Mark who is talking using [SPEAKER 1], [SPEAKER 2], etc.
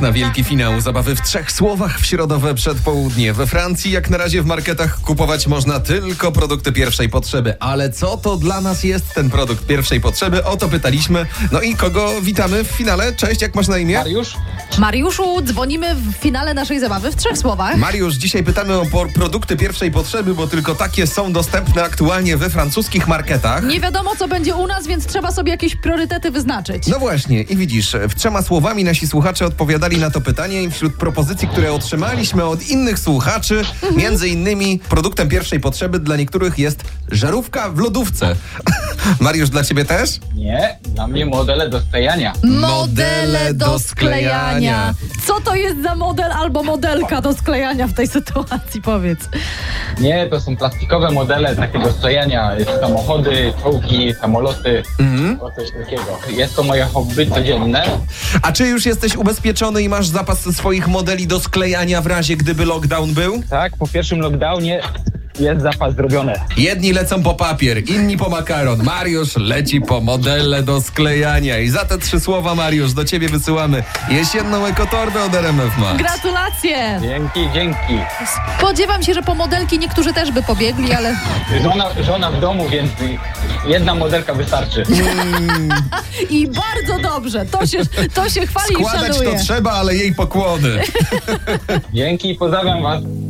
[SPEAKER 1] na wielki finał zabawy w trzech słowach w środowe przedpołudnie. We Francji jak na razie w marketach kupować można tylko produkty pierwszej potrzeby. Ale co to dla nas jest ten produkt pierwszej potrzeby? O to pytaliśmy. No i kogo witamy w finale? Cześć, jak masz na imię?
[SPEAKER 2] Mariusz?
[SPEAKER 3] Mariuszu, dzwonimy w finale naszej zabawy w trzech słowach.
[SPEAKER 1] Mariusz, dzisiaj pytamy o por- produkty pierwszej potrzeby, bo tylko takie są dostępne aktualnie we francuskich marketach.
[SPEAKER 3] Nie wiadomo, co będzie u nas, więc trzeba sobie jakieś priorytety wyznaczyć.
[SPEAKER 1] No właśnie, i widzisz, w trzema słowami nasi słuchacze odpowiadali na to pytanie i wśród propozycji, które otrzymaliśmy od innych słuchaczy, między innymi produktem pierwszej potrzeby dla niektórych jest żarówka w lodówce. Mariusz, dla ciebie też?
[SPEAKER 2] Nie, dla mnie modele do sklejania.
[SPEAKER 1] Modele do sklejania.
[SPEAKER 3] Co to jest za model albo modelka do sklejania w tej sytuacji, powiedz.
[SPEAKER 2] Nie, to są plastikowe modele takiego sklejania. Jest Samochody, czołgi, samoloty, o coś takiego. Jest to moje hobby codzienne.
[SPEAKER 1] A czy już jesteś ubezpieczony i masz zapas swoich modeli do sklejania w razie, gdyby lockdown był?
[SPEAKER 2] Tak, po pierwszym lockdownie jest zapas zrobiony.
[SPEAKER 1] Jedni lecą po papier, inni po makaron. Mariusz leci po modele do sklejania. I za te trzy słowa, Mariusz, do ciebie wysyłamy jesienną ekotorbę od RMF Max.
[SPEAKER 3] Gratulacje!
[SPEAKER 2] Dzięki, dzięki.
[SPEAKER 3] Spodziewam się, że po modelki niektórzy też by pobiegli, ale
[SPEAKER 2] Żona, żona w domu, więc jedna modelka wystarczy.
[SPEAKER 3] i bardzo dobrze. To się, to się chwali i
[SPEAKER 1] Składać
[SPEAKER 3] szanuje.
[SPEAKER 1] to trzeba, ale jej pokłony.
[SPEAKER 2] Dzięki, pozdrawiam was.